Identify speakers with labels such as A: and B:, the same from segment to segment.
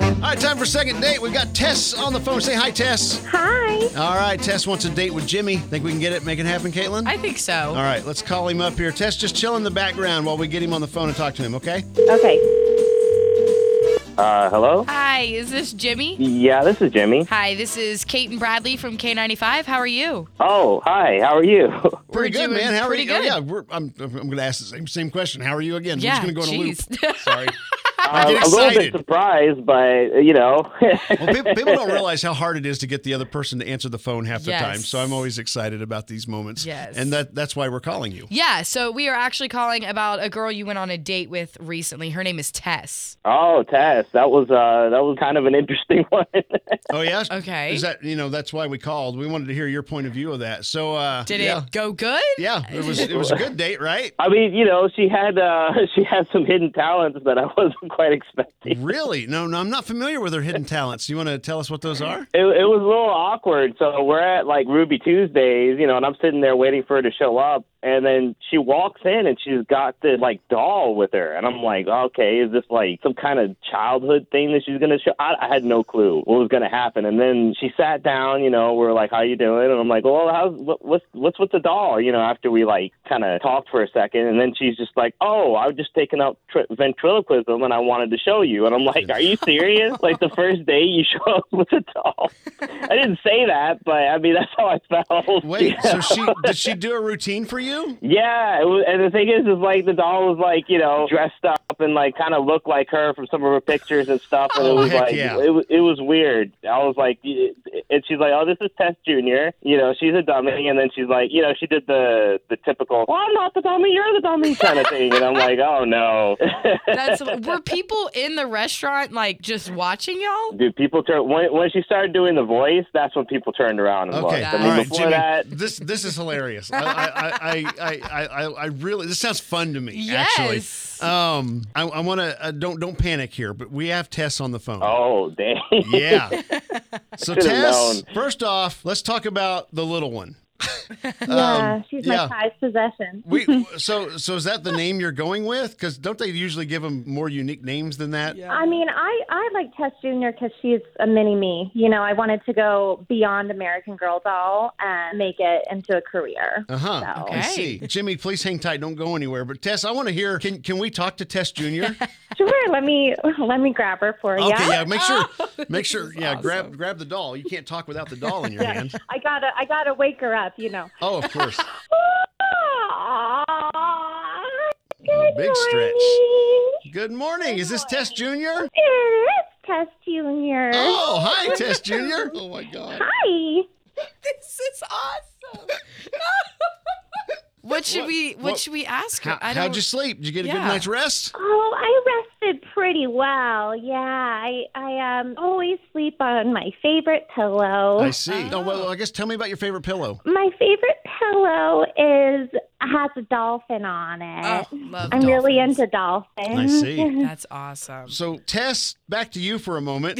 A: All right, time for second date. We've got Tess on the phone. Say hi, Tess.
B: Hi.
A: All right, Tess wants a date with Jimmy. Think we can get it, make it happen, Caitlin?
C: I think so.
A: All right, let's call him up here. Tess, just chill in the background while we get him on the phone and talk to him, okay?
B: Okay.
D: Uh, hello?
C: Hi, is this Jimmy?
D: Yeah, this is Jimmy.
C: Hi, this is Kate and Bradley from K95. How are you?
D: Oh, hi. How are you?
A: Pretty
C: We're
A: good,
C: doing
A: man. How
C: pretty
A: are you? Oh,
C: good.
A: Yeah, we're, I'm, I'm going to ask the same, same question. How are you again?
C: yeah,
A: I'm just going to go in a
C: jeez.
A: loop. Sorry.
D: Uh,
A: get
D: a little bit
A: excited.
D: surprised, but, you know.
A: Well, people, people don't realize how hard it is to get the other person to answer the phone half the
C: Yes.
A: time. So I'm always excited about these moments.
C: Yes.
A: And that, that's why we're calling you.
C: yeah, so we are actually calling about a girl you went on a date with recently. Her name is Tess.
D: oh, Tess, that was uh, that was kind of an interesting one.
A: Oh, yeah?
C: Okay.
A: Is that, you know, that's why we called. We wanted to hear your point of view of that. So, uh,
C: Did
A: yeah.
C: it go good?
A: Yeah, it was it was a good date, right?
D: I mean, you know, she had uh, she had some hidden talents that I wasn't quite expecting.
A: Really? No, no, I'm not familiar with her hidden talents. You want to tell us what those are?
D: It, it was a little awkward. So we're at like Ruby Tuesdays, you know, and I'm sitting there waiting for her to show up, and then she walks in and she's got this like doll with her, and I'm like, okay, is this like some kind of childhood thing that she's gonna show? I, I had no clue what was gonna happen, and then she sat down, you know, we're like, how you doing? And I'm like, well, how's what, what's what's with the doll? You know, after we like kind of talked for a second, and then she's just like, oh, I've just taken up tri- ventriloquism, and I wanted to show you, and I'm like, are you serious? like the first day you show up with a doll. I didn't say that, but I mean that's how I felt.
A: Wait, so
D: Yeah.
A: she did she do a routine for you?
D: Yeah, it was, and the thing is, is like the doll was like you know dressed up and like kind of looked like her from some of her pictures and stuff, and
A: Oh,
D: it was
A: heck
D: like
A: yeah.
D: it was it was weird. I was like, y- and she's like, oh, this is Tess Junior. You know, she's a dummy, and then she's like, you know, she did the the typical, well, I'm not the dummy, you're the dummy kind of thing, and I'm like, oh no,
C: That's were people in the restaurant like just watching y'all?
D: dude. People turn when when she started doing the voice, that's when people turned around and
A: Okay,
D: looked. I
A: all
D: mean,
A: right,
D: before
A: Jimmy.
D: that,
A: This this is hilarious. I I, I, I, I, I I really this sounds fun to me.
C: Yes.
A: Actually, um, I, I want to uh, don't don't panic here, but we have Tess on the phone.
D: oh dang.
A: Yeah. So
D: Should've
A: Tess,
D: known.
A: first off, let's talk about the little one.
B: Yeah,
A: Um,
B: she's
A: yeah.
B: my prized possession.
A: We so so is that the name you're going with? Because don't they usually give them more unique names than that?
B: I mean, I, I like Tess Jr. because she's a mini me. You know, I wanted to go beyond American Girl doll and make it into a career.
A: Uh huh.
B: So-
A: I
C: Okay.
A: see. Jimmy, please hang tight. Don't go anywhere. But Tess, I want to hear. Can can we talk to Tess Junior?
B: Sure, let me let me grab her for you.
A: Okay, yeah. Make sure, make sure. Yeah, grab grab the doll. You can't talk without the doll in your hand.
B: I gotta I gotta wake her up. You know.
A: Oh, of course.
B: Good
A: Big stretch.
B: morning.
A: Good morning. Is this Tess Junior?
B: It's Tess Jr.
A: Oh, hi, Tess Junior. Oh my God.
B: Hi.
C: This is awesome. what should we what,
A: what-
C: should we ask her?
A: How, how'd you sleep? Did you get a good
C: Yeah.
A: night's rest?
B: Oh, I rested pretty well. Yeah, I I um always sleep on my favorite pillow.
A: I see. Oh. well, I guess tell me about your favorite pillow.
B: my favorite pillow is has a dolphin on it.
A: Ah,
C: Oh, love
B: I'm really
C: dolphins.
B: into dolphins.
A: I see.
C: That's awesome.
A: So Tess, back to you for a moment.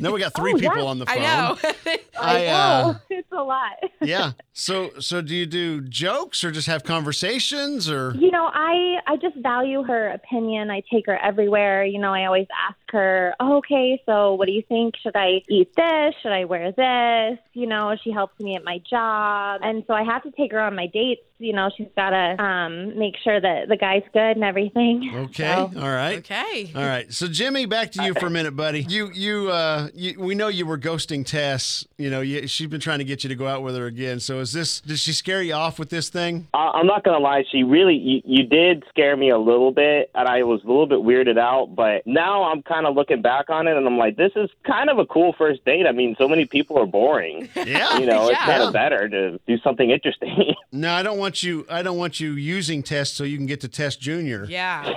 A: Now we got three people on the phone.
C: I know.
A: Oh, I, uh,
B: Oh, it's a lot.
A: yeah. So so do you do jokes or just have conversations or
B: You know, I I just value her opinion. I take her everywhere. You know, I always ask her, oh, "Okay, so what do you think? Should I eat this? Should I wear this?" You know, she helps me at my job, and so I have to take her on my dates. You know, she's got to um, make sure that the guy's good and everything.
A: Okay.
B: So-
A: All right.
C: okay.
A: All right. So Jimmy, back to you for a minute, buddy. You you uh you, we know you were ghosting Tess. You know, you, she's been trying to get you to go out with her again. So is this did she scare you off with this thing?
D: I- I'm not gonna lie. She really, you, you did scare me a little bit, and I was a little bit weirded out. But now I'm kind of looking back on it, and I'm like, this is kind of a cool first date. I mean, so many people are boring.
A: Yeah.
D: You know, it's
C: Yeah.
D: kind of better to do something interesting.
A: No, I don't want you I don't want you using Tess so you can get to Tess Junior.
C: Yeah.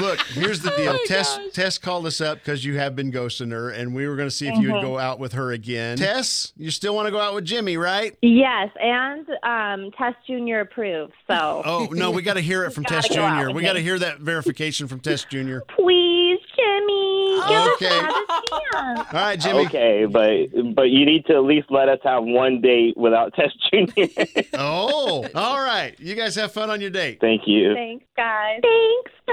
A: Look, here's
C: Oh
A: the deal. Tess Tess called us up because you have been ghosting her and we were gonna see if you
C: Uh-huh.
A: would go out with her again. Tess, you still want to go out with Jimmy, right?
B: Yes, and um, Tess Junior approves. So
A: Oh no, we gotta hear it from Tess
B: Gotta go out
A: Junior.
B: with
A: We
B: him.
A: gotta hear that verification from Tess Junior.
B: please, Jimmy, give us
A: Okay.
B: another chance.
A: All right, Jimmy.
D: okay, but but you need to at least let us have one date without Tess Junior.
A: Oh, all right. You guys have fun on your date.
D: Thank you.
B: Thanks, guys. Thanks,